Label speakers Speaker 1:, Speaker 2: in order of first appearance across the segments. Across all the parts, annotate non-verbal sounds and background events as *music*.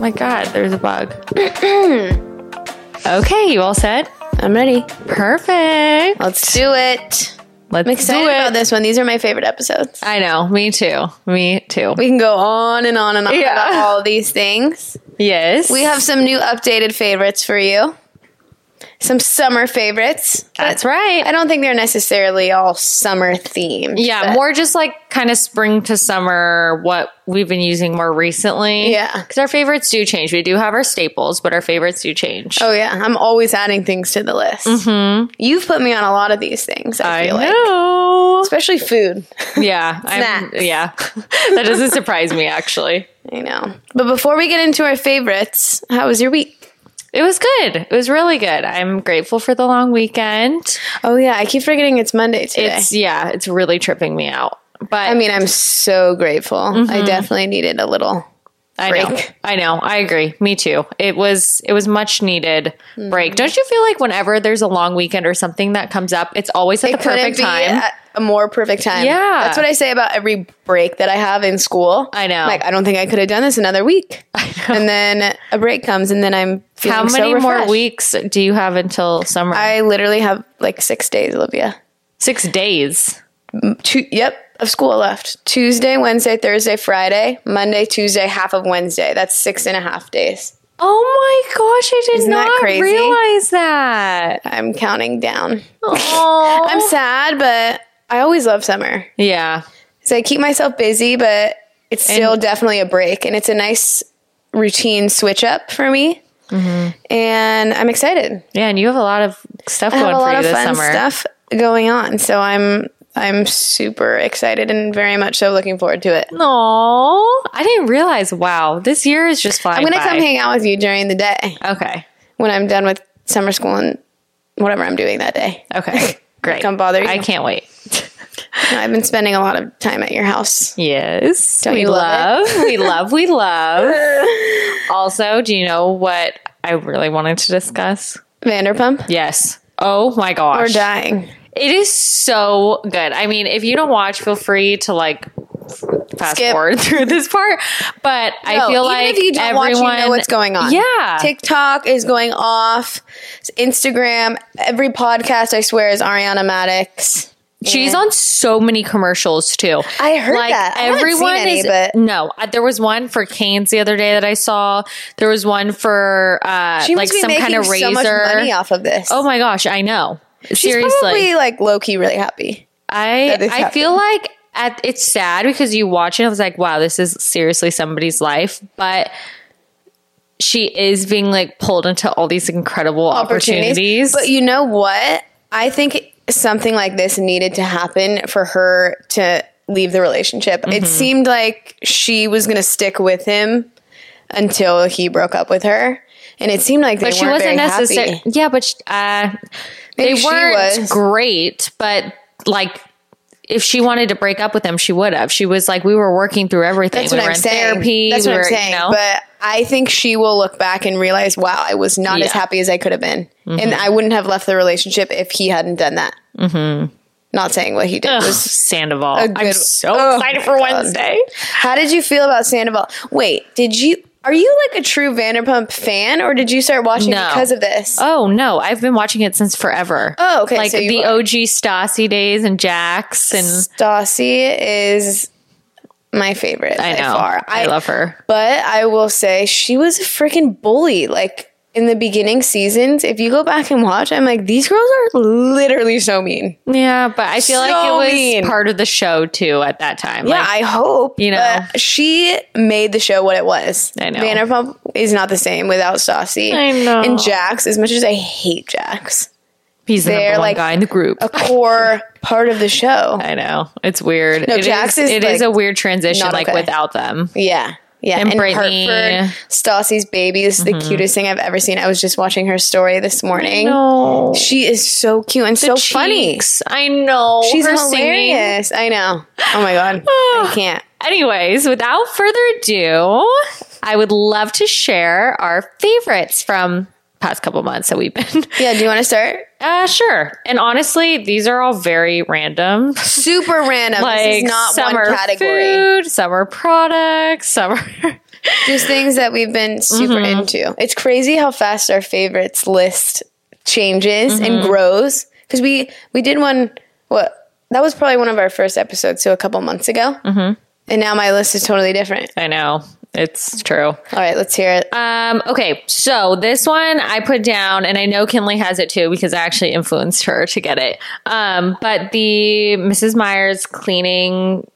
Speaker 1: my god, there's a bug. okay, you all said?
Speaker 2: I'm ready.
Speaker 1: Perfect.
Speaker 2: Let's do it.
Speaker 1: Let's
Speaker 2: I'm excited
Speaker 1: do it.
Speaker 2: about this one. These are my favorite episodes.
Speaker 1: I know. Me too. Me too.
Speaker 2: We can go on and on and on
Speaker 1: Yeah.
Speaker 2: about all these things.
Speaker 1: yes.
Speaker 2: We have some new updated favorites for you. Some summer favorites.
Speaker 1: That's right.
Speaker 2: I don't think they're necessarily all summer themed.
Speaker 1: Yeah,
Speaker 2: but-
Speaker 1: more just like kind of spring to summer, what we've been using more recently.
Speaker 2: Yeah.
Speaker 1: Because our favorites do change. We do have our staples, but our favorites do change.
Speaker 2: Oh yeah, I'm always adding things to the list. You've put me on a lot of these things. I,
Speaker 1: Mm-hmm. I
Speaker 2: feel like,
Speaker 1: know.
Speaker 2: *laughs* especially food.
Speaker 1: Yeah. I'm,
Speaker 2: Snacks.
Speaker 1: yeah. *laughs* that doesn't surprise me, actually.
Speaker 2: I know. But before we get into our favorites, how was your week?
Speaker 1: It was good. It was really good. I'm grateful for the long weekend.
Speaker 2: Oh yeah, I keep forgetting it's Monday today.
Speaker 1: It's, yeah, it's really tripping me out. But
Speaker 2: I mean, I'm so grateful. I
Speaker 1: Mm-hmm.
Speaker 2: definitely needed a little.
Speaker 1: I know.
Speaker 2: break.
Speaker 1: I know. I agree. Me too. It was it was much needed break.
Speaker 2: Hmm.
Speaker 1: Don't you feel like whenever there's a long weekend or something that comes up, it's always at the
Speaker 2: Couldn't
Speaker 1: perfect
Speaker 2: be uh,
Speaker 1: time.
Speaker 2: a- A more perfect time.
Speaker 1: Yeah.
Speaker 2: That's what I say about every break that I have in school.
Speaker 1: I know.
Speaker 2: Like, I don't think I could have done this another
Speaker 1: *laughs*
Speaker 2: week. And then a break comes, and then I'm feeling
Speaker 1: How
Speaker 2: so
Speaker 1: many more
Speaker 2: refreshed.
Speaker 1: weeks do you have until summer?
Speaker 2: I literally have like six days, Olivia.
Speaker 1: Six days.
Speaker 2: two yep of school left tuesday wednesday thursday friday monday tuesday half of wednesday that's six and a half days
Speaker 1: Oh my gosh! I did
Speaker 2: that
Speaker 1: not
Speaker 2: crazy?
Speaker 1: realize that.
Speaker 2: i'm counting down
Speaker 1: Oh,
Speaker 2: *laughs* i'm sad but i always love summer
Speaker 1: yeah.
Speaker 2: so i keep myself busy but it's still definitely a break and it's a nice routine switch up for me
Speaker 1: Mm-hmm.
Speaker 2: and i'm excited
Speaker 1: Yeah, and you have a lot of stuff
Speaker 2: i
Speaker 1: going
Speaker 2: have a
Speaker 1: for
Speaker 2: lot
Speaker 1: you
Speaker 2: of
Speaker 1: this
Speaker 2: fun
Speaker 1: summer.
Speaker 2: stuff going on so i'm i'm super excited and very much so looking forward to it
Speaker 1: No, I didn't realize. Wow, this year is just flying.
Speaker 2: i'm gonna
Speaker 1: by.
Speaker 2: come hang out with you during the day
Speaker 1: Okay.
Speaker 2: when I'm done with summer school and whatever I'm doing that day.
Speaker 1: Okay. Great.
Speaker 2: *laughs* Don't bother you.
Speaker 1: I can't wait.
Speaker 2: I've been spending a lot of time at your house.
Speaker 1: Yes.
Speaker 2: Don't
Speaker 1: we
Speaker 2: you love
Speaker 1: love,
Speaker 2: *laughs*
Speaker 1: we love, we love. Also, do you know what I really wanted to discuss?
Speaker 2: Vanderpump.
Speaker 1: Yes. Oh my
Speaker 2: We're
Speaker 1: gosh.
Speaker 2: dying.
Speaker 1: It is so good. I mean, if you don't watch, feel free to like fast
Speaker 2: Skip.
Speaker 1: forward *laughs* through this part. But I
Speaker 2: No,
Speaker 1: feel
Speaker 2: even
Speaker 1: like
Speaker 2: if you don't watch,
Speaker 1: everyone,
Speaker 2: you know what's going on.
Speaker 1: Yeah.
Speaker 2: TikTok is going off. Instagram. Every podcast, I swear, is Ariana Maddox.
Speaker 1: She's on so many commercials too.
Speaker 2: I heard that. I haven't seen any,
Speaker 1: is
Speaker 2: but-
Speaker 1: no. uh, There was one for Canes the other day that I saw. There was one for uh,
Speaker 2: She
Speaker 1: like
Speaker 2: must be
Speaker 1: some
Speaker 2: making
Speaker 1: kind of razor.
Speaker 2: so much money off of this.
Speaker 1: Oh my gosh, I know.
Speaker 2: She's
Speaker 1: Seriously,
Speaker 2: probably like low key really happy.
Speaker 1: I
Speaker 2: that this
Speaker 1: I feel like at it's sad because you watch it. I was like, wow, this is seriously somebody's life, but. She is being like pulled into all these incredible opportunities.
Speaker 2: But you know what? I think something like this needed to happen for her to leave the relationship.
Speaker 1: Mm-hmm.
Speaker 2: It seemed like she was going to stick with him until he broke up with her. And it seemed like they
Speaker 1: but she
Speaker 2: weren't
Speaker 1: wasn't
Speaker 2: very happy.
Speaker 1: necessarily. Yeah, but sh- uh, they
Speaker 2: Maybe she
Speaker 1: weren't
Speaker 2: was.
Speaker 1: great. But like, if she wanted to break up with him, she would have. She was like, we were working through everything.
Speaker 2: That's
Speaker 1: we
Speaker 2: what
Speaker 1: were
Speaker 2: I'm
Speaker 1: in
Speaker 2: saying.
Speaker 1: therapy.
Speaker 2: That's
Speaker 1: we
Speaker 2: what I'm
Speaker 1: were, you
Speaker 2: saying.
Speaker 1: know?
Speaker 2: But I think she will look back and realize, wow, I was not as
Speaker 1: Yeah. Mm-hmm.
Speaker 2: happy as I could have been, and I wouldn't have left the relationship if he hadn't done that. Mm-hmm. Not saying what he did
Speaker 1: Ugh,
Speaker 2: was
Speaker 1: Sandoval. I'm
Speaker 2: good-
Speaker 1: so
Speaker 2: Oh,
Speaker 1: excited for
Speaker 2: God.
Speaker 1: Wednesday.
Speaker 2: How did you feel about Sandoval? Wait, did you are you like a true Vanderpump fan or did you start watching
Speaker 1: No.
Speaker 2: because of this?
Speaker 1: Oh no, I've been watching it since forever.
Speaker 2: Oh, okay,
Speaker 1: Like
Speaker 2: so you
Speaker 1: the
Speaker 2: are.
Speaker 1: OG Stassi days and Jax and
Speaker 2: Stassi is my favorite
Speaker 1: I
Speaker 2: by
Speaker 1: know.
Speaker 2: far.
Speaker 1: I, love her.
Speaker 2: But I will say she was a freaking bully like in the beginning seasons. If you go back and watch, I'm like these girls are literally so mean.
Speaker 1: Yeah, but I feel like it
Speaker 2: So
Speaker 1: was
Speaker 2: mean.
Speaker 1: part of the show too at that time.
Speaker 2: Yeah,
Speaker 1: Like,
Speaker 2: I hope.
Speaker 1: you know.
Speaker 2: but she made the show what it was.
Speaker 1: I know.
Speaker 2: Vanderpump is not the same without Stassi.
Speaker 1: I know.
Speaker 2: And Jax, as much as I hate Jax,
Speaker 1: he's the number
Speaker 2: they're,
Speaker 1: one
Speaker 2: like,
Speaker 1: guy in the group.
Speaker 2: a core part of
Speaker 1: *laughs*
Speaker 2: the show.
Speaker 1: I know it's weird. It is-
Speaker 2: Jax is,
Speaker 1: it
Speaker 2: like,
Speaker 1: is a weird transition,
Speaker 2: not
Speaker 1: like
Speaker 2: okay.
Speaker 1: without them.
Speaker 2: Yeah. Yeah.
Speaker 1: And
Speaker 2: And,
Speaker 1: Brittany.
Speaker 2: Hartford, Stassi's baby. This is
Speaker 1: Mm-hmm.
Speaker 2: the cutest thing I've ever seen. I was just watching her story this morning.
Speaker 1: No,
Speaker 2: She is so cute and so funny.
Speaker 1: I know
Speaker 2: She's
Speaker 1: her singing.
Speaker 2: hilarious. I know. Oh my God.
Speaker 1: *sighs*
Speaker 2: I can't.
Speaker 1: Anyways, without further ado, I would love to share our favorites from past couple months that we've been. *laughs*
Speaker 2: Yeah. Do you want to start?
Speaker 1: Uh, sure. And honestly, these are all very
Speaker 2: *laughs*
Speaker 1: random.
Speaker 2: Super random.
Speaker 1: Like
Speaker 2: this is not
Speaker 1: summer
Speaker 2: one category.
Speaker 1: food, summer *laughs* products, summer
Speaker 2: just things that we've been super into. It's crazy how fast our favorites list changes and grows because we we did one what that was probably one of our first episodes so a couple months ago, mm-hmm. and now my list is totally different.
Speaker 1: I know. It's true.
Speaker 2: All right, let's hear it.
Speaker 1: Um, okay, so this one I put down, and I know Kinley has it too because I actually influenced her to get it. Um, but the Mrs. Myers cleaning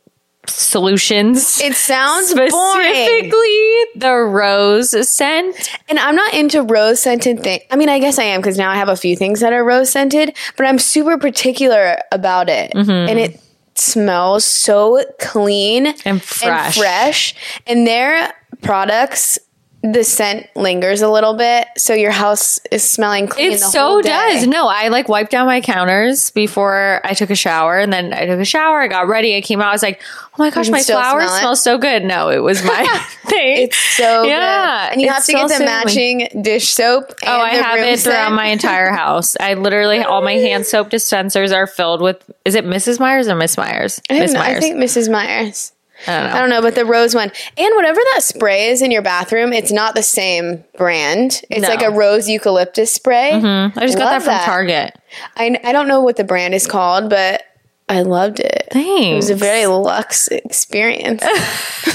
Speaker 1: solutions.
Speaker 2: it sounds boring,
Speaker 1: Specifically, the rose scent.
Speaker 2: and I'm not into rose scented thing. I mean, I guess I am because now I have a few things that are rose scented, but I'm super particular about it,
Speaker 1: Mm-hmm.
Speaker 2: and it smells so clean
Speaker 1: And fresh.
Speaker 2: and fresh. And their products, the scent lingers a little bit, so your house is smelling clean.
Speaker 1: It
Speaker 2: the
Speaker 1: so
Speaker 2: whole day.
Speaker 1: does. No, I like wiped down my counters before I took a shower, and then I took a shower. I got ready. I came out. I was like, "Oh my gosh,
Speaker 2: can
Speaker 1: my
Speaker 2: still
Speaker 1: flowers
Speaker 2: smell it.
Speaker 1: smell so good." No, it was
Speaker 2: *laughs*
Speaker 1: my *laughs* thing.
Speaker 2: It's so
Speaker 1: Yeah,
Speaker 2: good. and you
Speaker 1: it's
Speaker 2: have to get
Speaker 1: so
Speaker 2: the
Speaker 1: soothing.
Speaker 2: matching dish soap. And
Speaker 1: Oh, I
Speaker 2: the
Speaker 1: have
Speaker 2: room
Speaker 1: it
Speaker 2: scent.
Speaker 1: throughout my entire house. I literally all my hand soap dispensers are filled with. Is it Mrs. Myers or Miss Myers?
Speaker 2: I,
Speaker 1: Miss
Speaker 2: don't know. I
Speaker 1: Myers.
Speaker 2: think Mrs. Myers.
Speaker 1: I don't know.
Speaker 2: I don't know, but the rose one and whatever that spray is in your bathroom, it's not the same brand. It's
Speaker 1: No. Mm-hmm.
Speaker 2: like a rose eucalyptus spray.
Speaker 1: I just got that
Speaker 2: Love
Speaker 1: from
Speaker 2: that.
Speaker 1: Target.
Speaker 2: I, I don't know what the brand is called, but I loved it. It
Speaker 1: Thanks.
Speaker 2: was a very luxe experience.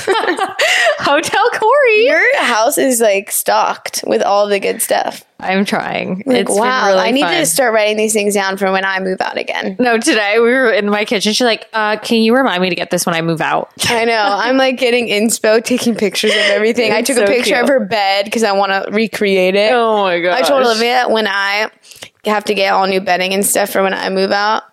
Speaker 1: *laughs* Hotel Corey.
Speaker 2: your house is like stocked with all the good stuff.
Speaker 1: I'm trying.
Speaker 2: Like,
Speaker 1: It's been
Speaker 2: wow,
Speaker 1: really
Speaker 2: I need
Speaker 1: fun.
Speaker 2: to start writing these things down for when I move out again.
Speaker 1: No, today we were in my kitchen. She's like, uh, "Can you remind me to get this when I move out?"
Speaker 2: I know.
Speaker 1: *laughs*
Speaker 2: I'm like getting inspo, taking pictures of everything. I
Speaker 1: It's
Speaker 2: took a
Speaker 1: so
Speaker 2: picture
Speaker 1: cute.
Speaker 2: of her bed because I want to recreate it.
Speaker 1: Oh my god!
Speaker 2: I told Olivia that when I have to get all new bedding and stuff for when I move out,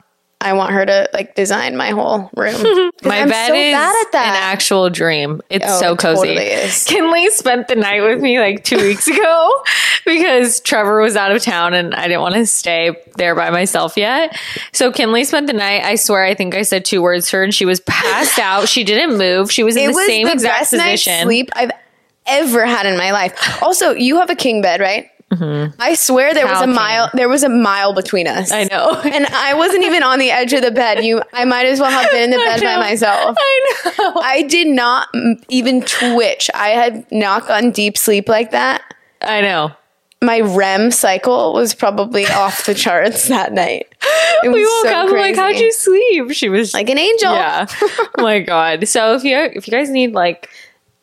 Speaker 2: I want her to like design my whole *laughs* room. 'Cause
Speaker 1: *laughs* My
Speaker 2: I'm
Speaker 1: bed
Speaker 2: so
Speaker 1: is
Speaker 2: bad at that.
Speaker 1: an actual dream. It's
Speaker 2: Oh,
Speaker 1: so
Speaker 2: it
Speaker 1: cozy.
Speaker 2: totally is.
Speaker 1: Kinley spent the night with me like two weeks ago *laughs* because Trevor was out of town and I didn't want to stay there by myself yet. So Kinley spent the night. I swear, I think I said two words to her and she was
Speaker 2: *laughs*
Speaker 1: passed out. She didn't move. She was in
Speaker 2: it
Speaker 1: the
Speaker 2: was
Speaker 1: same
Speaker 2: the
Speaker 1: exact
Speaker 2: best night's
Speaker 1: position.
Speaker 2: sleep I've ever had in my life. Also, you have a king bed, right? I swear there
Speaker 1: Mm-hmm. Cow
Speaker 2: was a
Speaker 1: king.
Speaker 2: mile. There was a mile between us.
Speaker 1: I know. *laughs*
Speaker 2: *laughs* and I wasn't even on the edge of the bed. You, I might as well have been
Speaker 1: *laughs*
Speaker 2: in the bed by
Speaker 1: know.
Speaker 2: myself.
Speaker 1: I know.
Speaker 2: I did not mm, even twitch. I had not gotten deep sleep like that.
Speaker 1: I know.
Speaker 2: my REM cycle was probably *laughs* off the charts that night. It was
Speaker 1: We woke
Speaker 2: so
Speaker 1: up. I'm like,
Speaker 2: crazy.
Speaker 1: how'd you sleep? She was
Speaker 2: Like an
Speaker 1: *laughs*
Speaker 2: angel.
Speaker 1: Yeah. *laughs* oh my god. So if you if you guys need like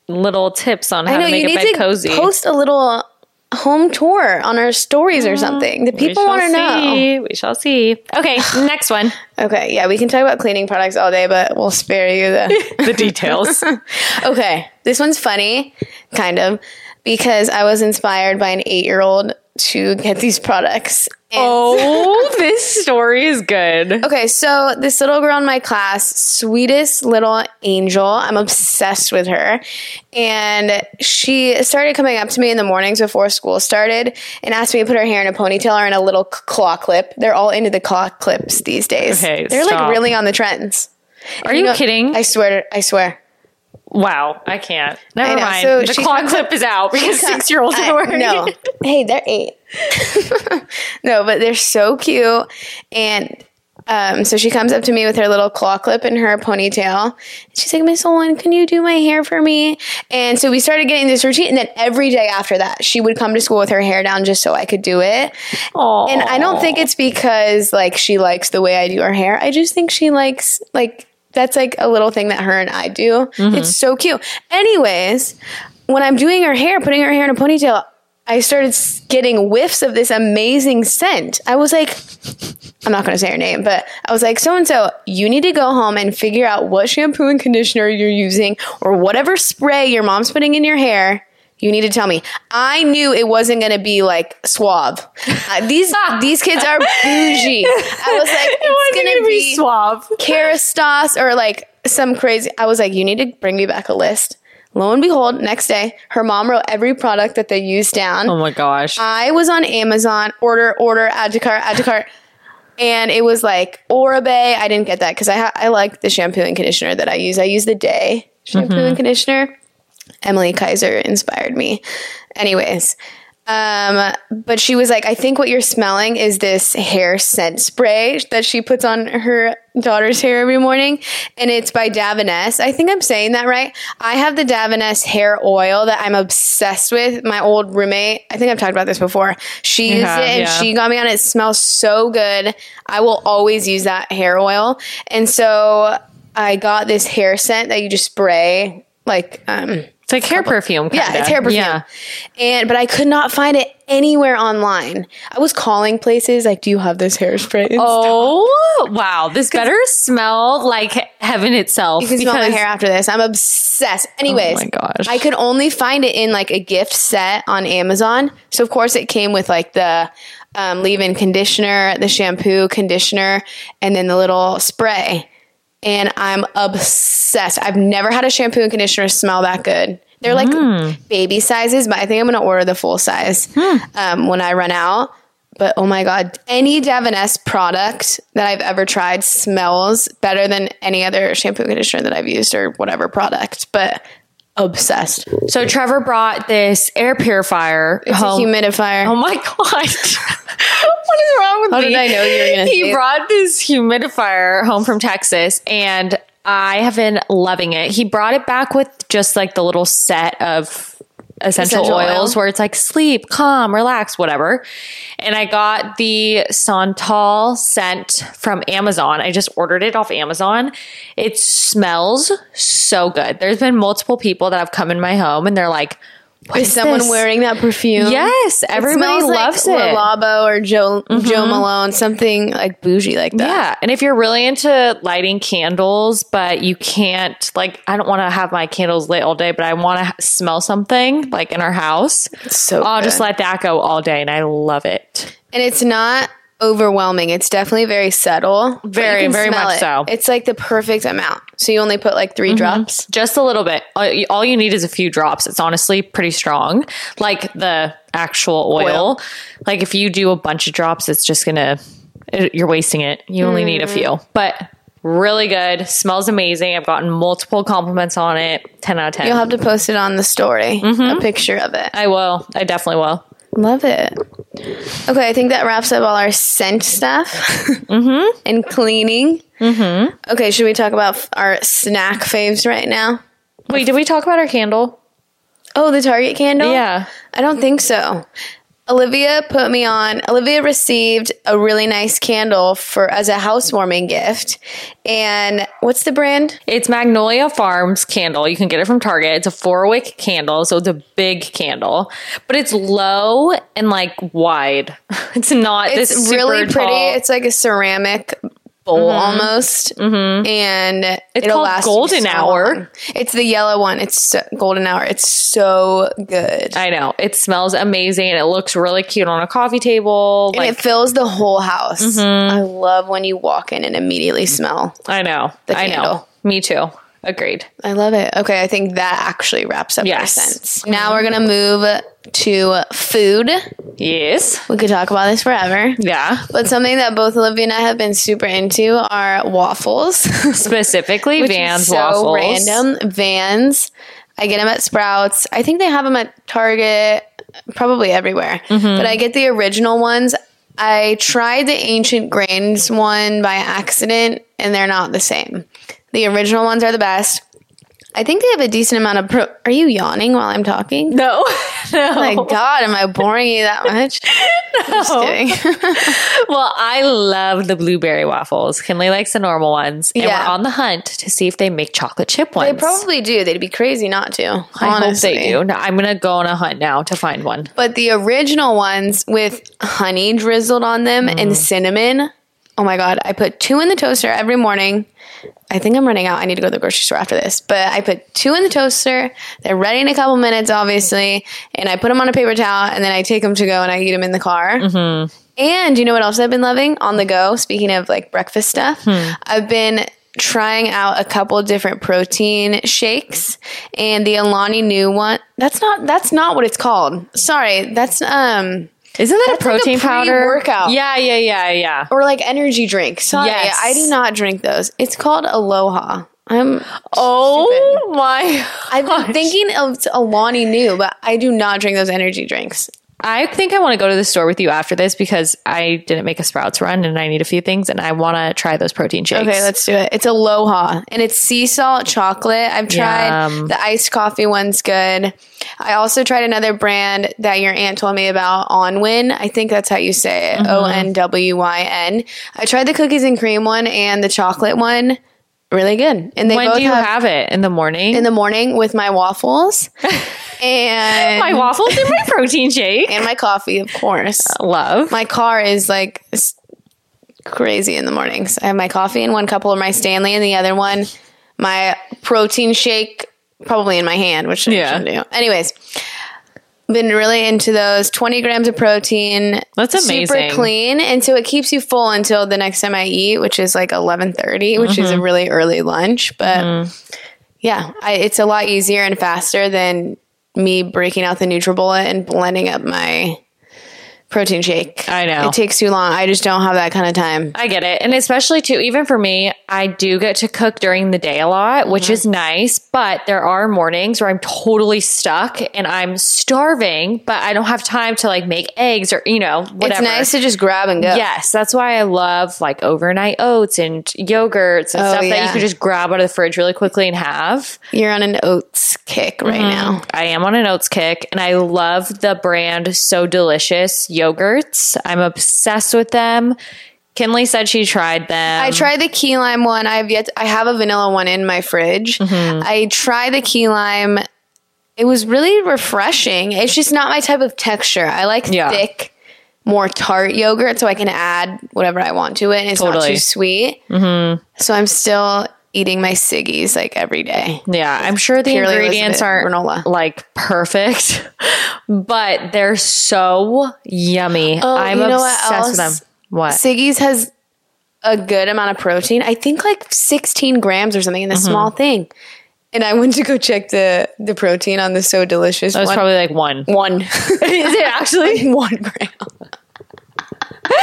Speaker 1: little tips on how
Speaker 2: I know
Speaker 1: to make
Speaker 2: you
Speaker 1: a
Speaker 2: need
Speaker 1: bed
Speaker 2: to
Speaker 1: cozy,
Speaker 2: post a little home tour on our stories or something. The
Speaker 1: we
Speaker 2: people
Speaker 1: shall
Speaker 2: want to know.
Speaker 1: see. We shall see. Okay,
Speaker 2: *laughs*
Speaker 1: next one.
Speaker 2: Okay, yeah, we can talk about cleaning products all day, but we'll spare you
Speaker 1: *laughs*
Speaker 2: the.
Speaker 1: The
Speaker 2: *laughs*
Speaker 1: details.
Speaker 2: okay, this one's funny, kind of, because I was inspired by an eight-year-old to get these products. And
Speaker 1: oh, this story is good.
Speaker 2: Okay, so this little girl in my class, sweetest little angel. I'm obsessed with her. And she started coming up to me in the mornings before school started and asked me to put her hair in a ponytail or in a little c- claw clip. They're all into the claw clips these days.
Speaker 1: Okay,
Speaker 2: They're
Speaker 1: stop.
Speaker 2: like really on the trends.
Speaker 1: Are you,
Speaker 2: know-
Speaker 1: kidding?
Speaker 2: I swear, I swear.
Speaker 1: wow, I can't. Never
Speaker 2: I know.
Speaker 1: mind.
Speaker 2: So
Speaker 1: the
Speaker 2: she
Speaker 1: claw
Speaker 2: comes
Speaker 1: clip is
Speaker 2: *laughs*
Speaker 1: out because six year olds
Speaker 2: I-
Speaker 1: are
Speaker 2: *laughs*
Speaker 1: wearing
Speaker 2: No.
Speaker 1: it.
Speaker 2: Hey, they're eight. *laughs* no, but they're so cute. And um, so she comes up to me with her little claw clip and her ponytail. She's like, Miss Olin, can you do my hair for me? And so we started getting this routine. And then every day after that, she would come to school with her hair down just so I could do it.
Speaker 1: Aw.
Speaker 2: And I don't think it's because like she likes the way I do her hair. I just think she likes like that's like a little thing that her and I do. It's so cute. Anyways, when I'm doing her hair, putting her hair in a ponytail, I started s- getting whiffs of this amazing scent. I was like, I'm not going to say her name, but I was like, so and so, you need to go home and figure out what shampoo and conditioner you're using or whatever spray your mom's putting in your hair. You need to tell me. I knew it wasn't going to be like Suave. Uh, these these kids are bougie. I was like,
Speaker 1: Why
Speaker 2: it's
Speaker 1: did it
Speaker 2: going to be,
Speaker 1: suave.
Speaker 2: Kerastase or like some crazy. I was like, you need to bring me back a list. Lo and behold, next day, her mom wrote every product that they used down.
Speaker 1: Oh my gosh.
Speaker 2: I was on Amazon, order, order, add to cart, add to cart. And it was like Oribe. I didn't get that because I, ha- I like the shampoo and conditioner that I use. I use the day
Speaker 1: Mm-hmm.
Speaker 2: shampoo and conditioner. Emily Kaiser inspired me. Anyways, Um, but she was like, I think what you're smelling is this hair scent spray that she puts on her daughter's hair every morning. And it's by Davines. I think I'm saying that right. I have the Davines hair oil that I'm obsessed with. My old roommate, I think I've talked about this before. She used
Speaker 1: have,
Speaker 2: it and
Speaker 1: yeah.
Speaker 2: she got me on it. It smells so good. I will always use that hair oil. And so I got this hair scent that you just spray like um
Speaker 1: It's like hair perfume.
Speaker 2: yeah,
Speaker 1: kinda.
Speaker 2: it's hair perfume.
Speaker 1: Yeah.
Speaker 2: And but I could not find it anywhere online. I was calling places like, "Do you have this hairspray?" and *laughs* stuff?"
Speaker 1: Oh wow! This better smell like heaven itself.
Speaker 2: you can smell my hair after this. I'm obsessed. Anyways,
Speaker 1: my gosh.
Speaker 2: I could only find it in like a gift set on Amazon. So of course it came with like the um, leave-in conditioner, the shampoo, conditioner, and then the little spray. And I'm obsessed. I've never had a shampoo and conditioner smell that good. They're like
Speaker 1: Hmm.
Speaker 2: baby sizes, but I think I'm gonna order the full size um, when I run out. But oh my god, any Davines product that I've ever tried smells better than any other shampoo conditioner that I've used or whatever product. But obsessed.
Speaker 1: So Trevor brought this air purifier
Speaker 2: It's
Speaker 1: home.
Speaker 2: a humidifier.
Speaker 1: oh
Speaker 2: *laughs*
Speaker 1: my god! what is wrong with
Speaker 2: How
Speaker 1: me?
Speaker 2: did I know you were gonna
Speaker 1: He
Speaker 2: say
Speaker 1: brought this humidifier home from Texas, and I have been loving it. He brought it back with just like the little set of essential,
Speaker 2: Essential oil.
Speaker 1: oils, where it's like sleep, calm, relax, whatever. And I got the Santal scent from Amazon. I just ordered it off Amazon. It smells so good. There's been multiple people that have come in my home, and they're like. "What
Speaker 2: Is someone
Speaker 1: this?"
Speaker 2: wearing that perfume?
Speaker 1: Yes, everybody
Speaker 2: smells
Speaker 1: loves
Speaker 2: like
Speaker 1: it. Mm-hmm.
Speaker 2: Labo or Joe Joe Malone, something like bougie like that.
Speaker 1: Yeah. And if you're really into lighting candles, but you can't, like, I don't want to have my candles lit all day, but I want to ha- smell something like in our house,
Speaker 2: So
Speaker 1: I'll Oh,
Speaker 2: good.
Speaker 1: just let that go all day. And I love it.
Speaker 2: and it's not overwhelming. It's definitely very subtle. but
Speaker 1: Very,
Speaker 2: you can
Speaker 1: very
Speaker 2: smell
Speaker 1: much
Speaker 2: it.
Speaker 1: so. Mm-hmm.
Speaker 2: It's like the perfect amount. So you only put like 3 drops.
Speaker 1: Just a little bit. All you- All you need is a few drops. It's honestly pretty strong, like the actual oil.
Speaker 2: Oil.
Speaker 1: Like, if you do a bunch of drops, it's just going to, you're wasting it. You only need a
Speaker 2: Mm-hmm.
Speaker 1: few. But, Really good. Smells amazing. I've gotten multiple compliments on it. 10 out of 10.
Speaker 2: You'll have to post it on the story,
Speaker 1: Mm-hmm.
Speaker 2: a picture of it.
Speaker 1: I will. I definitely will.
Speaker 2: Love it. Okay, I think that wraps up all our scent stuff *laughs* and cleaning. Mm-hmm. Okay, should we talk about f- our snack faves right now?
Speaker 1: Wait, did we talk about our candle?
Speaker 2: Oh, the Target candle?
Speaker 1: Yeah.
Speaker 2: I don't think so. Olivia put me on. Olivia received a really nice candle for as a housewarming gift. And what's the brand?
Speaker 1: It's Magnolia Farms candle. You can get it from Target. It's a four wick candle, so it's a big candle, but it's low and like wide. *laughs* It's not
Speaker 2: It's
Speaker 1: this
Speaker 2: really
Speaker 1: super
Speaker 2: pretty.
Speaker 1: tall- Mm-hmm.
Speaker 2: It's like a ceramic bowl almost. And it's
Speaker 1: called Golden Hour.
Speaker 2: It's the yellow one. It's so, golden hour. It's so good.
Speaker 1: I know. It smells amazing. It looks really cute on a coffee table.
Speaker 2: and
Speaker 1: Like Mm-hmm.
Speaker 2: it fills the whole house. I love when you walk in and immediately smell.
Speaker 1: I know.
Speaker 2: The
Speaker 1: I know.
Speaker 2: candle.
Speaker 1: Me too. Agreed.
Speaker 2: I love it. Okay, I think that actually wraps up our
Speaker 1: Yes.
Speaker 2: sense. Now we're gonna move to food.
Speaker 1: Yes.
Speaker 2: We could talk about this forever.
Speaker 1: Yeah.
Speaker 2: But something that both Olivia and I have been super into are waffles. *laughs*
Speaker 1: Specifically
Speaker 2: Which is
Speaker 1: Vans waffles.
Speaker 2: Random Vans. I get them at Sprouts. I think they have them at Target, probably everywhere.
Speaker 1: Mm-hmm.
Speaker 2: But I get the original ones. I tried the Ancient Grains one by accident, and they're not the same. The original ones are the best. I think they have a decent amount of. Pro- are you yawning while I'm talking?
Speaker 1: No. *laughs* no.
Speaker 2: Oh my god, am I boring you
Speaker 1: *laughs*
Speaker 2: that much? Just kidding.
Speaker 1: Well, I love the blueberry waffles. Kinley likes the normal ones. And
Speaker 2: Yeah.
Speaker 1: we're on the hunt to see if they make chocolate chip ones.
Speaker 2: They probably do. They'd be crazy not to.
Speaker 1: I hope
Speaker 2: honestly.
Speaker 1: they do. No, I'm going to go on a hunt now to find one.
Speaker 2: But the original ones with honey drizzled on them and cinnamon. Oh my god, I put two in the toaster every morning. I think I'm running out. I need to go to the grocery store after this. But I put two in the toaster. They're ready in a couple minutes, obviously. And I put them on a paper towel and then I take them to go and I eat them in the car. And you know what else I've been loving on the go? Speaking of like breakfast stuff, I've been trying out a couple different protein shakes and the Alani new one. That's not that's not what it's called. Sorry, that's um
Speaker 1: Isn't that a
Speaker 2: like a
Speaker 1: protein powder?
Speaker 2: pre-workout.
Speaker 1: Yeah, yeah, yeah, yeah.
Speaker 2: or like energy drink. Sorry,
Speaker 1: Yes.
Speaker 2: I do not drink those. It's called Aloha. I'm
Speaker 1: Oh my.
Speaker 2: I've been thinking of Alani new, but I do not drink those energy drinks.
Speaker 1: I think I want to go to the store with you after this because I didn't make a Sprouts run and I need a few things and I want to try those protein shakes.
Speaker 2: Okay, let's do it. It's Aloha and it's sea salt chocolate. I've tried
Speaker 1: Yum.
Speaker 2: the iced coffee one's good. I also tried another brand that your aunt told me about, Onwin. I think that's how you say
Speaker 1: Mm-hmm.
Speaker 2: it. O N W Y N. I tried the cookies and cream one and the chocolate one. Really good. And they
Speaker 1: when
Speaker 2: both
Speaker 1: do you
Speaker 2: have,
Speaker 1: have, it? In the morning?
Speaker 2: in the morning with my waffles *laughs*
Speaker 1: *laughs*
Speaker 2: and
Speaker 1: my waffles and my protein
Speaker 2: *laughs*
Speaker 1: shake.
Speaker 2: and my coffee, of course.
Speaker 1: Love.
Speaker 2: *laughs* my car is like s- crazy in the mornings. I have my coffee in one couple, my Stanley in the other one, my protein shake probably in my hand, which I
Speaker 1: Yeah.
Speaker 2: shouldn't do. Anyways, been really into those 20 grams of protein.
Speaker 1: That's amazing.
Speaker 2: Super clean, and so it keeps you full until the next time I eat, which is like 11:30, which is
Speaker 1: Mm-hmm.
Speaker 2: a really early lunch, but yeah, I, it's a lot easier and faster than me breaking out the NutriBullet and blending up my protein shake.
Speaker 1: I know.
Speaker 2: It takes too long. I just don't have that kind of time.
Speaker 1: I get it. And especially too, even for me, I do get to cook during the day a lot, which is nice. But there are mornings where I'm totally stuck and I'm starving, but I don't have time to like make eggs or, you know, whatever.
Speaker 2: It's nice to just grab and go.
Speaker 1: Yes, that's why I love like overnight oats and yogurts and
Speaker 2: Oh,
Speaker 1: stuff that you
Speaker 2: yeah.
Speaker 1: can just grab out of the fridge really quickly and have.
Speaker 2: You're on an oats kick right
Speaker 1: Mm-hmm.
Speaker 2: now.
Speaker 1: I am on an oats kick and I love the brand So Delicious yogurts. I'm obsessed with them. Kinley said she tried them.
Speaker 2: I tried the key lime one. I've yet I have a vanilla one in my fridge.
Speaker 1: Mm-hmm.
Speaker 2: I tried the key lime. It was really refreshing. It's just not my type of texture. I like
Speaker 1: Yeah.
Speaker 2: thick, more tart yogurt, so I can add whatever I want to it, and it's not
Speaker 1: Totally. Mm-hmm.
Speaker 2: too sweet. So I'm still eating my ciggies like every day.
Speaker 1: Yeah, I'm sure the
Speaker 2: purely
Speaker 1: ingredients
Speaker 2: Elizabeth
Speaker 1: aren't
Speaker 2: granola.
Speaker 1: like perfect, *laughs* but they're so yummy. I'm
Speaker 2: Oh, you know what
Speaker 1: obsessed with them.
Speaker 2: else?
Speaker 1: What?
Speaker 2: Siggy's has a good amount of protein. I think like 16 grams or something in a
Speaker 1: Mm-hmm.
Speaker 2: small thing. And I went to go check the the protein on the so delicious
Speaker 1: It was
Speaker 2: one.
Speaker 1: probably like one.
Speaker 2: *laughs* one. Is it actually *laughs* one gram?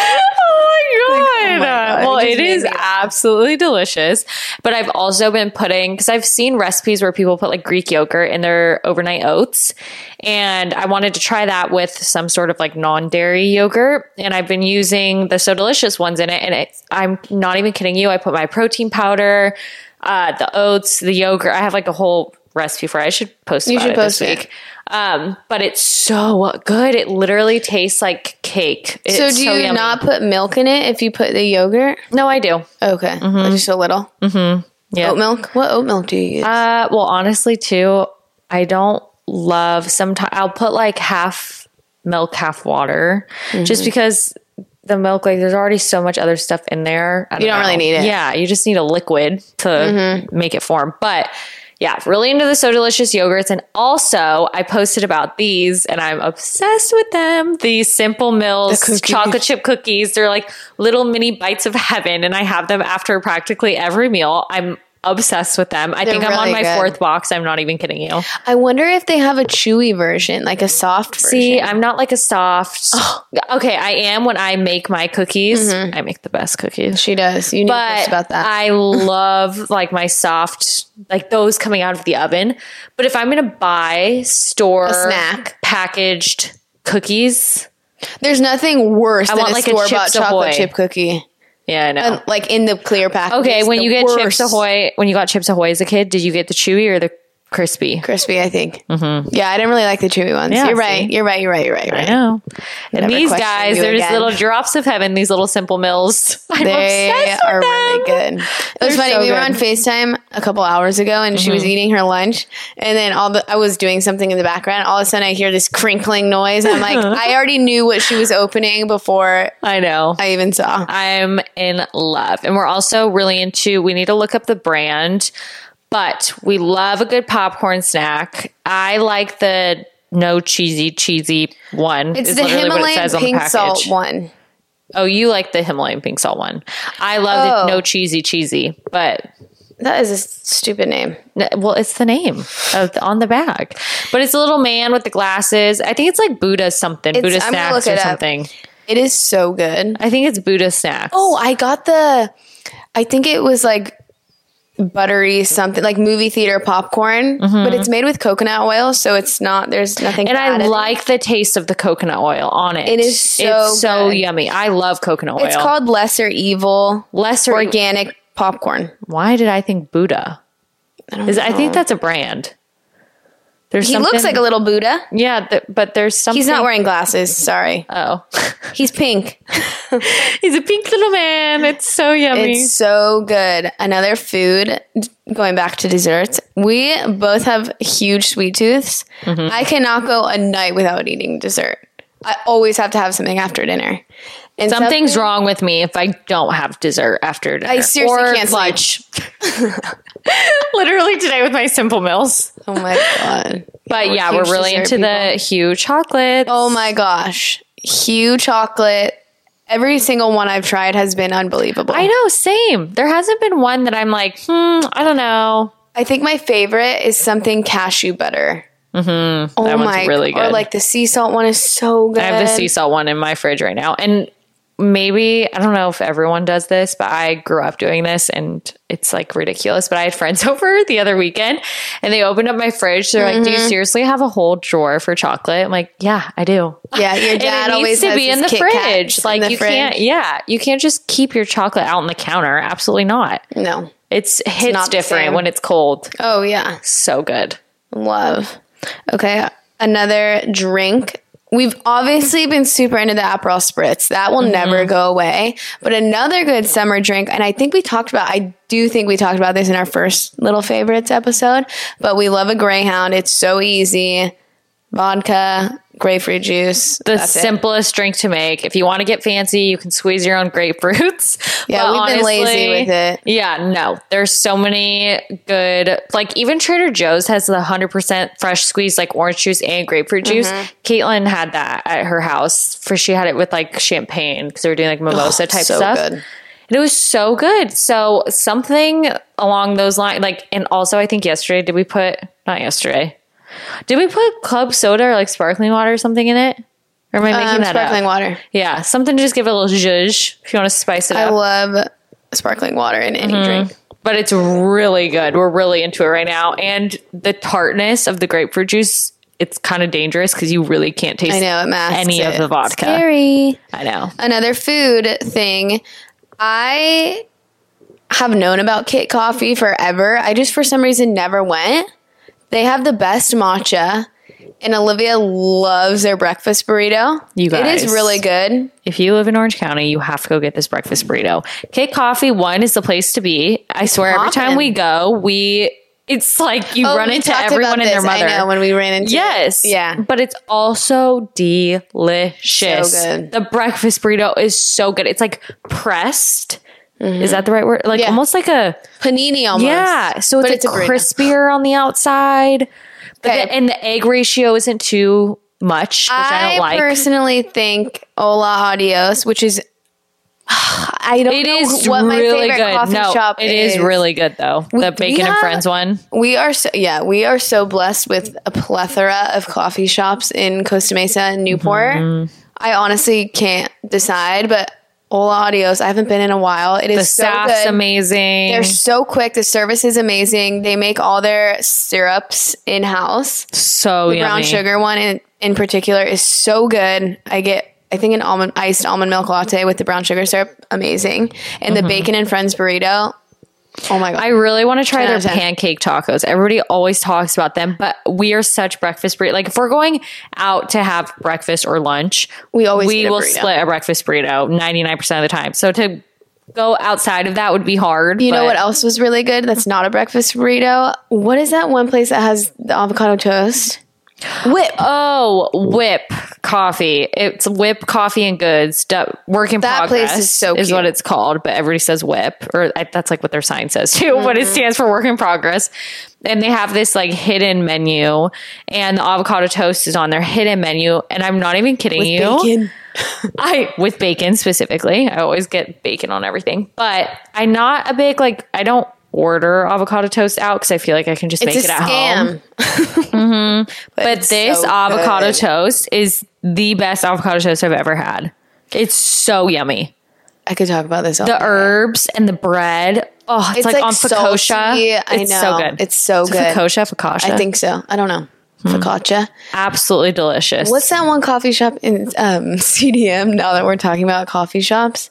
Speaker 1: Oh my god!
Speaker 2: God,
Speaker 1: well,
Speaker 2: it just
Speaker 1: it
Speaker 2: made
Speaker 1: is
Speaker 2: me laugh.
Speaker 1: absolutely delicious. But I've also been putting because I've seen recipes where people put like Greek yogurt in their overnight oats, and I wanted to try that with some sort of like non-dairy yogurt. And I've been using the so delicious ones in it, and it's, I'm not even kidding you. I put my protein powder, uh, the oats, the yogurt. I have like a whole recipe for it. I should post.
Speaker 2: You
Speaker 1: about
Speaker 2: should
Speaker 1: it
Speaker 2: post
Speaker 1: this
Speaker 2: it.
Speaker 1: week. Um, but it's so good. It literally tastes like cake. It's
Speaker 2: So do you
Speaker 1: yummy.
Speaker 2: not put milk in it if you put the yogurt?
Speaker 1: No, I do.
Speaker 2: Okay, just a little.
Speaker 1: Yeah.
Speaker 2: Oat milk. What oat milk do you use?
Speaker 1: Uh, well, honestly, too, I don't love. Sometimes I'll put like half milk, half water, just
Speaker 2: Mm-hmm.
Speaker 1: because the milk, like, there's already so much other stuff in there. I
Speaker 2: You don't really need it. Mm-hmm.
Speaker 1: Yeah, you just need a liquid to make it form, but. Yeah, really into the So Delicious yogurts. And also, I posted about these and I'm obsessed with them. The Simple Mills
Speaker 2: cookies.
Speaker 1: chocolate chip cookies. They're like little mini bites of heaven. And I have them after practically every meal. I'm obsessed with them. I think I'm on
Speaker 2: really
Speaker 1: my
Speaker 2: good.
Speaker 1: fourth box. I'm not even kidding you.
Speaker 2: I wonder if they have a chewy version, like a soft version.
Speaker 1: See, I'm not like a soft. Okay, I am when I make my cookies. I make the best cookies.
Speaker 2: she does. You need to
Speaker 1: But
Speaker 2: post about that.
Speaker 1: I love like my soft, like those coming out of the oven. But if I'm gonna buy store
Speaker 2: snack.
Speaker 1: packaged cookies,
Speaker 2: There's nothing worse than
Speaker 1: want,
Speaker 2: a
Speaker 1: like, a
Speaker 2: store bought
Speaker 1: Chips
Speaker 2: chocolate
Speaker 1: Ahoy.
Speaker 2: chip cookie,
Speaker 1: yeah, I know.
Speaker 2: And, like in the clear package.
Speaker 1: okay,
Speaker 2: It's
Speaker 1: when
Speaker 2: the
Speaker 1: you get
Speaker 2: worst.
Speaker 1: Chips Ahoy, when you got Chips Ahoy as a kid, did you get the chewy or the crispy?
Speaker 2: crispy, I think. Yeah, I didn't really like the chewy ones.
Speaker 1: Yeah,
Speaker 2: you're right.
Speaker 1: see?
Speaker 2: You're right. You're right. You're right. You're right.
Speaker 1: I know. And
Speaker 2: Never
Speaker 1: these
Speaker 2: question
Speaker 1: guys,
Speaker 2: you
Speaker 1: they're just
Speaker 2: again.
Speaker 1: little drops of heaven, these little simple mills. *laughs* I'm
Speaker 2: They
Speaker 1: obsessed with
Speaker 2: are
Speaker 1: them.
Speaker 2: really good. It was
Speaker 1: They're
Speaker 2: funny.
Speaker 1: so
Speaker 2: we were
Speaker 1: good.
Speaker 2: on FaceTime a couple hours ago, and she was eating her lunch, and then all the I was doing something in the background. All of a sudden, I hear this crinkling noise. I'm *laughs* like, I already knew what she was opening before
Speaker 1: I know.
Speaker 2: I even saw.
Speaker 1: I'm in love. And we're also really into, we need to look up the brand, but we love a good popcorn snack. I like the no cheesy, cheesy one.
Speaker 2: It's
Speaker 1: is
Speaker 2: the
Speaker 1: literally what it
Speaker 2: Himalayan
Speaker 1: says on the
Speaker 2: pink
Speaker 1: package.
Speaker 2: salt one.
Speaker 1: Oh, you like the Himalayan pink salt one. I love
Speaker 2: Oh.
Speaker 1: the no cheesy, cheesy, but
Speaker 2: That is a stupid name.
Speaker 1: No, Well, it's the name of the, on the bag, but it's a little man with the glasses. I think it's like Buddha something, Buddha
Speaker 2: I'm gonna
Speaker 1: snacks
Speaker 2: look
Speaker 1: or
Speaker 2: it up.
Speaker 1: something.
Speaker 2: It is so good.
Speaker 1: I think it's Buddha snacks.
Speaker 2: Oh, I got the. I think it was like buttery something like movie theater popcorn, but it's made with coconut oil, so it's not there's nothing.
Speaker 1: And
Speaker 2: bad in
Speaker 1: I
Speaker 2: it.
Speaker 1: like the taste of the coconut oil on it.
Speaker 2: It is so
Speaker 1: it's so
Speaker 2: good.
Speaker 1: yummy. I love coconut oil.
Speaker 2: It's called Lesser Evil
Speaker 1: lesser
Speaker 2: organic popcorn.
Speaker 1: Why did I think Buddha? I, is, I think that's a brand. There's
Speaker 2: He looks like a little Buddha.
Speaker 1: yeah, th- but there's something.
Speaker 2: He's not wearing glasses. Sorry,
Speaker 1: Oh, *laughs*
Speaker 2: he's pink.
Speaker 1: he's a pink little man. It's so yummy.
Speaker 2: It's so good. Another food, d- going back to desserts, we both have huge sweet tooths.
Speaker 1: Mm-hmm.
Speaker 2: I cannot go a night without eating dessert. I always have to have something after dinner. And
Speaker 1: Something's
Speaker 2: something-
Speaker 1: wrong with me if I don't have dessert after dinner.
Speaker 2: I seriously
Speaker 1: or
Speaker 2: can't sleep.
Speaker 1: lunch. Literally today with my simple meals.
Speaker 2: Oh my God.
Speaker 1: But yeah,
Speaker 2: huge
Speaker 1: we're really
Speaker 2: dessert
Speaker 1: into the Hue chocolate.
Speaker 2: Oh my gosh. Hue chocolate. Every single one I've tried has been unbelievable.
Speaker 1: I know, same. There hasn't been one that I'm like, hmm, I don't know.
Speaker 2: I think my favorite is something cashew butter. Mm-hmm. Oh
Speaker 1: That one's
Speaker 2: my,
Speaker 1: really
Speaker 2: Or
Speaker 1: good.
Speaker 2: like the sea salt one is so good.
Speaker 1: I have the sea salt one in my fridge right now. And maybe, I don't know if everyone does this, but I grew up doing this and it's like ridiculous. But I had friends *laughs* over the other weekend and they opened up my fridge. They're like, Do
Speaker 2: Mm-hmm.
Speaker 1: you seriously have a whole drawer for chocolate? I'm like, Yeah, I do.
Speaker 2: Yeah, your dad
Speaker 1: *laughs* and it needs
Speaker 2: always
Speaker 1: to
Speaker 2: has
Speaker 1: be in the
Speaker 2: his Kit Kats
Speaker 1: fridge.
Speaker 2: in
Speaker 1: Like
Speaker 2: the
Speaker 1: you
Speaker 2: fridge.
Speaker 1: can't, yeah, you can't just keep your chocolate out on the counter. Absolutely not.
Speaker 2: No.
Speaker 1: It's hits
Speaker 2: not the same.
Speaker 1: different when it's cold.
Speaker 2: Oh yeah,
Speaker 1: So good.
Speaker 2: love. Okay, another drink. We've obviously been super into the Aperol spritz. That
Speaker 1: Mm-hmm.
Speaker 2: will never go away. But another good summer drink, and I think we talked about. I do think we talked about this in our first little favorites episode. But we love a Greyhound. It's so easy. Vodka, grapefruit juice.
Speaker 1: The
Speaker 2: that's it.
Speaker 1: simplest drink to make. If you want to get fancy, you can squeeze your own grapefruits.
Speaker 2: *laughs* Yeah,
Speaker 1: But
Speaker 2: we've been lazy
Speaker 1: honestly,
Speaker 2: with it.
Speaker 1: Yeah, no. There's so many good, like even Trader Joe's has the 100% fresh squeeze, like orange juice and grapefruit juice.
Speaker 2: Mm-hmm.
Speaker 1: Caitlin had that at her house for she had it with like champagne because they were doing like mimosa type
Speaker 2: Oh, so
Speaker 1: stuff.
Speaker 2: good.
Speaker 1: And it was so good. So something along those lines, like, and also I think yesterday, did we put, not yesterday, did we put club soda or like sparkling water or something in it? Or am I making
Speaker 2: Um,
Speaker 1: that
Speaker 2: sparkling
Speaker 1: up?
Speaker 2: water.
Speaker 1: Yeah, something to just give it a little zhuzh if you want to spice it
Speaker 2: I
Speaker 1: up.
Speaker 2: love sparkling water in
Speaker 1: Mm-hmm.
Speaker 2: any drink.
Speaker 1: but it's really good. We're really into it right now. And the tartness of the grapefruit juice, it's kind of dangerous because you really can't taste
Speaker 2: I know it masks
Speaker 1: any of
Speaker 2: it.
Speaker 1: the vodka.
Speaker 2: Scary.
Speaker 1: I know.
Speaker 2: another food thing. I have known about Kit Coffee forever. I just for some reason never went. They have the best matcha, and Olivia loves their breakfast burrito.
Speaker 1: You
Speaker 2: it is
Speaker 1: guys.
Speaker 2: really good.
Speaker 1: If you live in Orange County, you have to go get this breakfast burrito. Kit Coffee One is the place to be. I swear, every time
Speaker 2: poppin'.
Speaker 1: we go, we it's like you
Speaker 2: Oh,
Speaker 1: run
Speaker 2: we
Speaker 1: into
Speaker 2: talked
Speaker 1: everyone
Speaker 2: about
Speaker 1: and their
Speaker 2: this,
Speaker 1: mother.
Speaker 2: I know when we ran into
Speaker 1: Yes.
Speaker 2: Yeah.
Speaker 1: But it's also delicious.
Speaker 2: So good.
Speaker 1: The breakfast burrito is so good. It's like pressed. Is that the right word? Like
Speaker 2: Mm-hmm. Yeah.
Speaker 1: almost like a
Speaker 2: panini almost.
Speaker 1: yeah. So it's,
Speaker 2: But
Speaker 1: like
Speaker 2: it's a burrito.
Speaker 1: crispier on the outside. But
Speaker 2: Okay.
Speaker 1: the, and the egg ratio isn't too much, which I, don't like.
Speaker 2: personally think Hola Adios, which is *sighs* I don't
Speaker 1: It
Speaker 2: know
Speaker 1: is
Speaker 2: what my
Speaker 1: really
Speaker 2: favorite
Speaker 1: good.
Speaker 2: coffee
Speaker 1: no,
Speaker 2: shop
Speaker 1: it is. really good though. the bacon and
Speaker 2: have-
Speaker 1: friends one.
Speaker 2: We are so yeah, we are so blessed with a plethora of coffee shops in Costa Mesa and Newport.
Speaker 1: Mm-hmm.
Speaker 2: I honestly can't decide, but Hola Audios, I haven't been in a while. It is
Speaker 1: The
Speaker 2: so
Speaker 1: staff's
Speaker 2: good.
Speaker 1: amazing.
Speaker 2: They're so quick. The service is amazing. They make all their syrups in house.
Speaker 1: so yummy.
Speaker 2: Brown sugar one in, in particular is so good. I get I think an almond iced almond milk latte with the brown sugar syrup, amazing. And the bacon and friends burrito. Oh my god.
Speaker 1: Mm-hmm. I really want to try
Speaker 2: 10
Speaker 1: their
Speaker 2: out of 10.
Speaker 1: pancake tacos. Everybody always talks about them, but we are such breakfast burrito. Like if we're going out to have breakfast or lunch,
Speaker 2: We always
Speaker 1: we
Speaker 2: get a
Speaker 1: will
Speaker 2: burrito.
Speaker 1: split a breakfast burrito 99% of the time. So to go outside of that would be hard.
Speaker 2: You know
Speaker 1: but
Speaker 2: what else was really good? That's not a breakfast burrito. What is that one place that has the avocado toast? Whip.
Speaker 1: Oh, Whip Coffee. It's Whip Coffee and Goods. Du- work in
Speaker 2: That place
Speaker 1: progress
Speaker 2: is so
Speaker 1: is
Speaker 2: cute.
Speaker 1: what it's called, but everybody says Whip, or I, that's like what their sign says *laughs* too. But
Speaker 2: Mm-hmm.
Speaker 1: it stands for work in progress. And they have this like hidden menu, and the avocado toast is on their hidden menu. And I'm not even kidding you.
Speaker 2: Bacon.
Speaker 1: I with bacon specifically. I always get bacon on everything, but I'm not a big like. I don't order avocado toast out because I feel like I can just make
Speaker 2: It's
Speaker 1: it
Speaker 2: a
Speaker 1: at home.
Speaker 2: *laughs* scam.
Speaker 1: Mm-hmm. But
Speaker 2: It's
Speaker 1: this
Speaker 2: so
Speaker 1: avocado
Speaker 2: good.
Speaker 1: toast is the best avocado toast I've ever had. It's so yummy.
Speaker 2: I could talk about this all
Speaker 1: The
Speaker 2: day.
Speaker 1: herbs and the bread. Oh, it's,
Speaker 2: It's,
Speaker 1: like,
Speaker 2: like,
Speaker 1: on focaccia.
Speaker 2: salty. I
Speaker 1: It's so
Speaker 2: know.
Speaker 1: good.
Speaker 2: It's so
Speaker 1: Is it
Speaker 2: good.
Speaker 1: Focaccia, focaccia.
Speaker 2: I think so. I don't know.
Speaker 1: Hmm.
Speaker 2: Focaccia.
Speaker 1: absolutely delicious.
Speaker 2: What's that one coffee shop in um, *laughs* CDM? Now that we're talking about coffee shops,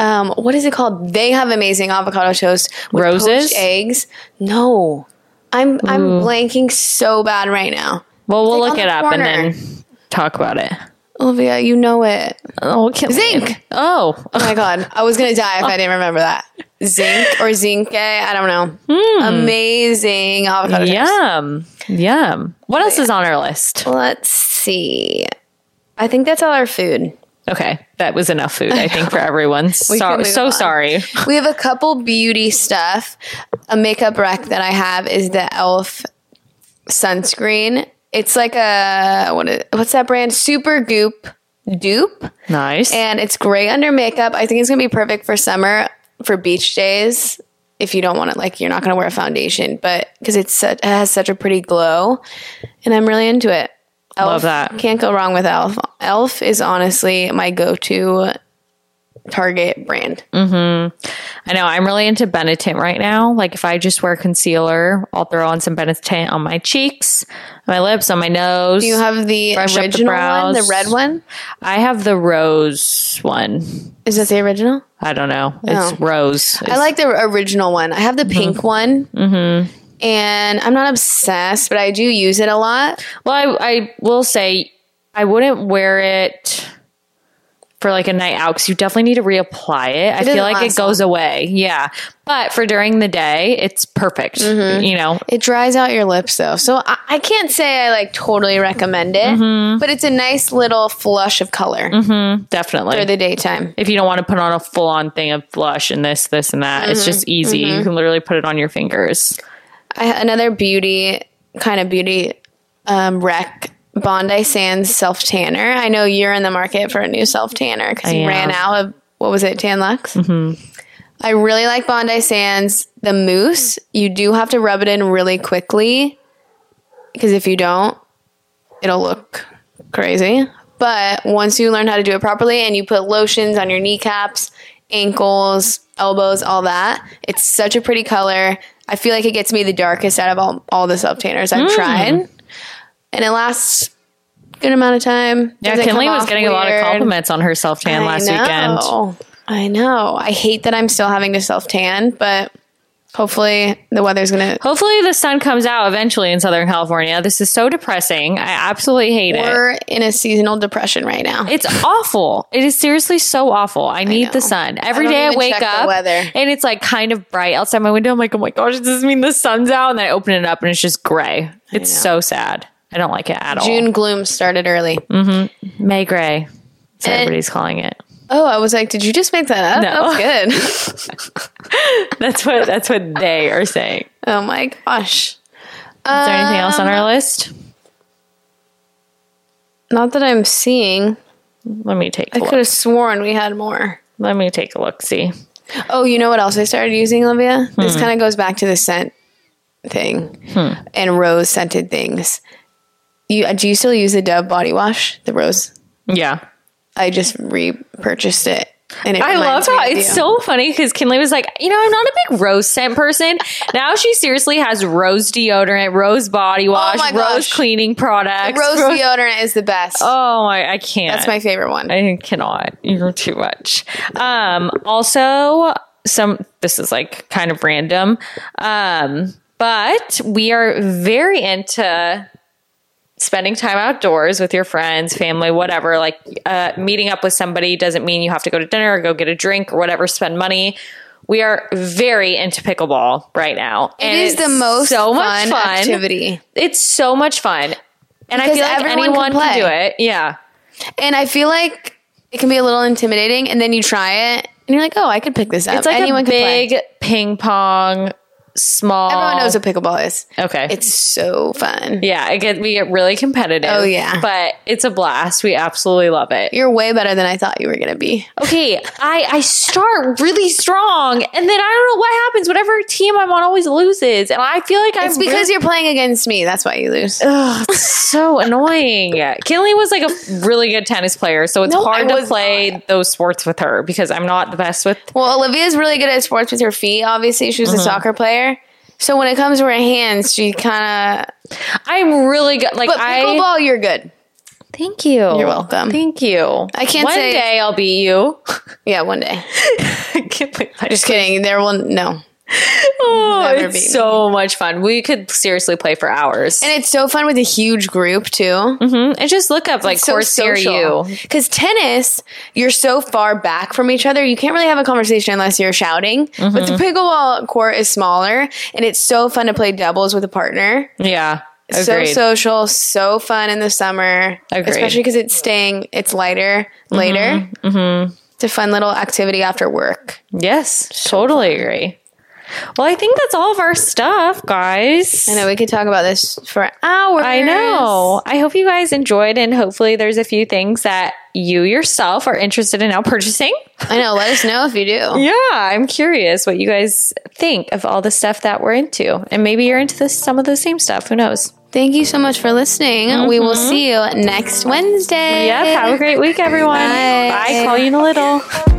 Speaker 2: um, what is it called? They have amazing avocado toast with poached
Speaker 1: Roses?
Speaker 2: eggs. No, I'm I'm blanking so bad right now.
Speaker 1: well, we'll
Speaker 2: like
Speaker 1: look
Speaker 2: on
Speaker 1: it
Speaker 2: the
Speaker 1: up
Speaker 2: corner.
Speaker 1: and then talk about it.
Speaker 2: Olivia, you know it.
Speaker 1: Oh, can't
Speaker 2: Zinc.
Speaker 1: Oh,
Speaker 2: Oh my god, I was gonna die if I didn't remember that. Zinc or zinke, I don't know. Amazing avocado toast.
Speaker 1: yum, yum. What else is on our list?
Speaker 2: Let's see. I think that's all our food.
Speaker 1: Okay, that was enough food. I
Speaker 2: *laughs*
Speaker 1: think for everyone.
Speaker 2: can
Speaker 1: so
Speaker 2: move
Speaker 1: so
Speaker 2: on. *laughs*
Speaker 1: sorry.
Speaker 2: We have a couple beauty stuff. A makeup rec that I have is the e.l.f. sunscreen. It's like a what is, what's that brand? Super Goop Dupe,
Speaker 1: Nice.
Speaker 2: and it's gray under makeup. I think it's gonna be perfect for summer for beach days. If you don't want it, like you're not gonna wear a foundation, but because it's such, it has such a pretty glow, and I'm really into it. Elf,
Speaker 1: Love that.
Speaker 2: Can't go wrong with Elf. Elf is honestly my go-to Target brand.
Speaker 1: Mm. I know I'm really into Benetint right now. Like if I just wear concealer, I'll throw on some Benetint on my cheeks, my lips, on my nose.
Speaker 2: You have the
Speaker 1: Brush up the
Speaker 2: original one, the
Speaker 1: brows.
Speaker 2: red one.
Speaker 1: I have the rose one.
Speaker 2: Is that the original?
Speaker 1: I don't know. It's rose.
Speaker 2: I like the original one. I have the pink one. Mm-hmm. And I'm not obsessed, but I do use it a lot.
Speaker 1: Well, I, I will say I wouldn't wear it for like a night out because you definitely need to reapply it. I
Speaker 2: doesn't
Speaker 1: feel like it
Speaker 2: last
Speaker 1: goes away. Yeah. But for during the day, it's perfect. You know,
Speaker 2: It dries out your lips though. So I, I can't say I like totally recommend it, but it's a nice little flush of color
Speaker 1: definitely.
Speaker 2: for the daytime.
Speaker 1: if you don't want to put on a full on thing of blush and this, this, and that,
Speaker 2: Mm-hmm.
Speaker 1: it's just easy. You can literally put it on your fingers.
Speaker 2: I, another beauty, kind of beauty um, rec. Bondi Sands self tanner. I know you're in the market for a new self tanner because you
Speaker 1: am.
Speaker 2: ran out of what was it, Tan Lux? I really like Bondi Sands. The mousse, you do have to rub it in really quickly because if you don't, it'll look crazy. But once you learn how to do it properly and you put lotions on your kneecaps, ankles, elbows, all that, it's such a pretty color. I feel like it gets me the darkest out of all, all the self tanners
Speaker 1: Mm.
Speaker 2: I've tried. And it lasts a good amount of time.
Speaker 1: Yeah,
Speaker 2: Doesn't
Speaker 1: Kinley
Speaker 2: come
Speaker 1: was
Speaker 2: off
Speaker 1: getting a lot of
Speaker 2: weird.
Speaker 1: compliments on her self tan last weekend.
Speaker 2: know. I know. I hate that I'm still having to self tan, but hopefully the weather's gonna.
Speaker 1: Hopefully, the sun comes out eventually in Southern California. This is so depressing. I absolutely hate it.
Speaker 2: We're in a seasonal depression right now.
Speaker 1: It's awful. It is seriously so awful. I need the
Speaker 2: know.
Speaker 1: sun. Every
Speaker 2: don't
Speaker 1: day I
Speaker 2: even
Speaker 1: wake
Speaker 2: check the
Speaker 1: up
Speaker 2: weather.
Speaker 1: and it's like kind of bright outside my window. I'm like, oh my gosh, does this mean the sun's out? And I open it up and it's just gray. It's so sad. I don't like it at all.
Speaker 2: June gloom started early.
Speaker 1: May gray. So
Speaker 2: And-
Speaker 1: everybody's calling it.
Speaker 2: Oh, I was like, did you just make that up?
Speaker 1: No.
Speaker 2: That was
Speaker 1: *laughs*
Speaker 2: good.
Speaker 1: That's what that's what they are saying. Is
Speaker 2: oh my gosh.
Speaker 1: there anything else on our list?
Speaker 2: Not that I'm seeing.
Speaker 1: Let me take a
Speaker 2: I could
Speaker 1: look.
Speaker 2: have sworn we had more.
Speaker 1: Let me take a look. See.
Speaker 2: Oh, you know what else I started using, Olivia?
Speaker 1: Hmm.
Speaker 2: This kind of goes back to the scent thing and rose scented things. You uh, do you still use the Dove body wash? The rose.
Speaker 1: Yeah.
Speaker 2: I just repurchased it, and it
Speaker 1: I love
Speaker 2: reminds me
Speaker 1: how
Speaker 2: of
Speaker 1: it's
Speaker 2: you.
Speaker 1: so funny because Kinley was like, you know, I'm not a big rose scent person. now she seriously has rose deodorant, rose body wash,
Speaker 2: my
Speaker 1: rose
Speaker 2: gosh.
Speaker 1: cleaning products.
Speaker 2: Rose deodorant is the best.
Speaker 1: oh, I, I can't.
Speaker 2: That's my favorite one.
Speaker 1: I cannot. You're too much. Um, also, some this is like kind of random, um, but we are very into spending time outdoors with your friends, family, whatever. Like uh, meeting up with somebody doesn't mean you have to go to dinner or go get a drink or whatever. Spend money. We are very into pickleball right now.
Speaker 2: it is the most fun, activity,
Speaker 1: It's so much fun. And I
Speaker 2: Because
Speaker 1: feel like
Speaker 2: everyone can
Speaker 1: anyone can
Speaker 2: play.
Speaker 1: do it. Yeah.
Speaker 2: and I feel like it can be a little intimidating. And then you try it, and you're like, "Oh, I could pick this up.
Speaker 1: It's like
Speaker 2: Anyone
Speaker 1: a
Speaker 2: can play.
Speaker 1: big ping pong small.
Speaker 2: Everyone knows what pickleball is.
Speaker 1: Okay.
Speaker 2: It's so fun.
Speaker 1: yeah, it get we get really competitive.
Speaker 2: Oh, yeah.
Speaker 1: but it's a blast. We absolutely love it.
Speaker 2: You're way better than I thought you were gonna be.
Speaker 1: Okay, I I start really strong, and then I don't know what happens. Whatever team I'm on always loses, and I feel like I'm
Speaker 2: It's because you're playing against me. That's why you lose.
Speaker 1: Ugh, it's *laughs* so annoying. Kinley was like a really good tennis player, so it's
Speaker 2: No,
Speaker 1: hard
Speaker 2: I
Speaker 1: to
Speaker 2: was
Speaker 1: play those sports with her because I'm not the best with.
Speaker 2: Well, Olivia's really good at sports with her feet. Obviously, she was
Speaker 1: Mm-hmm.
Speaker 2: a soccer player. So when it comes to her hands, she kind of.
Speaker 1: I'm really good. Like
Speaker 2: But
Speaker 1: I.
Speaker 2: pickleball, you're good.
Speaker 1: Thank you.
Speaker 2: You're welcome.
Speaker 1: Thank you.
Speaker 2: I can't
Speaker 1: One
Speaker 2: say-
Speaker 1: day I'll beat you.
Speaker 2: Yeah, one day. *laughs*
Speaker 1: Kinley, I just
Speaker 2: Just kidding. There will no.
Speaker 1: oh,
Speaker 2: never beat me.
Speaker 1: it's so much fun. We could seriously play for hours.
Speaker 2: And it's so fun with a huge group too.
Speaker 1: Mhm. And just look up like
Speaker 2: So
Speaker 1: course near you.
Speaker 2: Because tennis, you're so far back from each other, you can't really have a conversation unless you're shouting. But
Speaker 1: Mm-hmm.
Speaker 2: the pickleball court is smaller, and it's so fun to play doubles with a partner.
Speaker 1: Yeah.
Speaker 2: so
Speaker 1: Agreed.
Speaker 2: social, so fun in the summer.
Speaker 1: Agreed.
Speaker 2: Especially because it's staying, it's lighter later. Mm-hmm. It's a fun little activity after work.
Speaker 1: yes, totally agree. Well, I think that's all of our stuff, guys.
Speaker 2: I know we could talk about this for hours.
Speaker 1: I know. I hope you guys enjoyed, and hopefully, there's a few things that you yourself are interested in now purchasing.
Speaker 2: I know. Let us know if you do.
Speaker 1: Yeah, I'm curious what you guys think of all the stuff that we're into, and maybe you're into this, some of the same stuff. Who knows?
Speaker 2: Thank you so much for listening. We will
Speaker 1: Mm-hmm.
Speaker 2: see you next Wednesday.
Speaker 1: Yep. Have a great week, everyone.
Speaker 2: Bye.
Speaker 1: Bye. Call you in a little.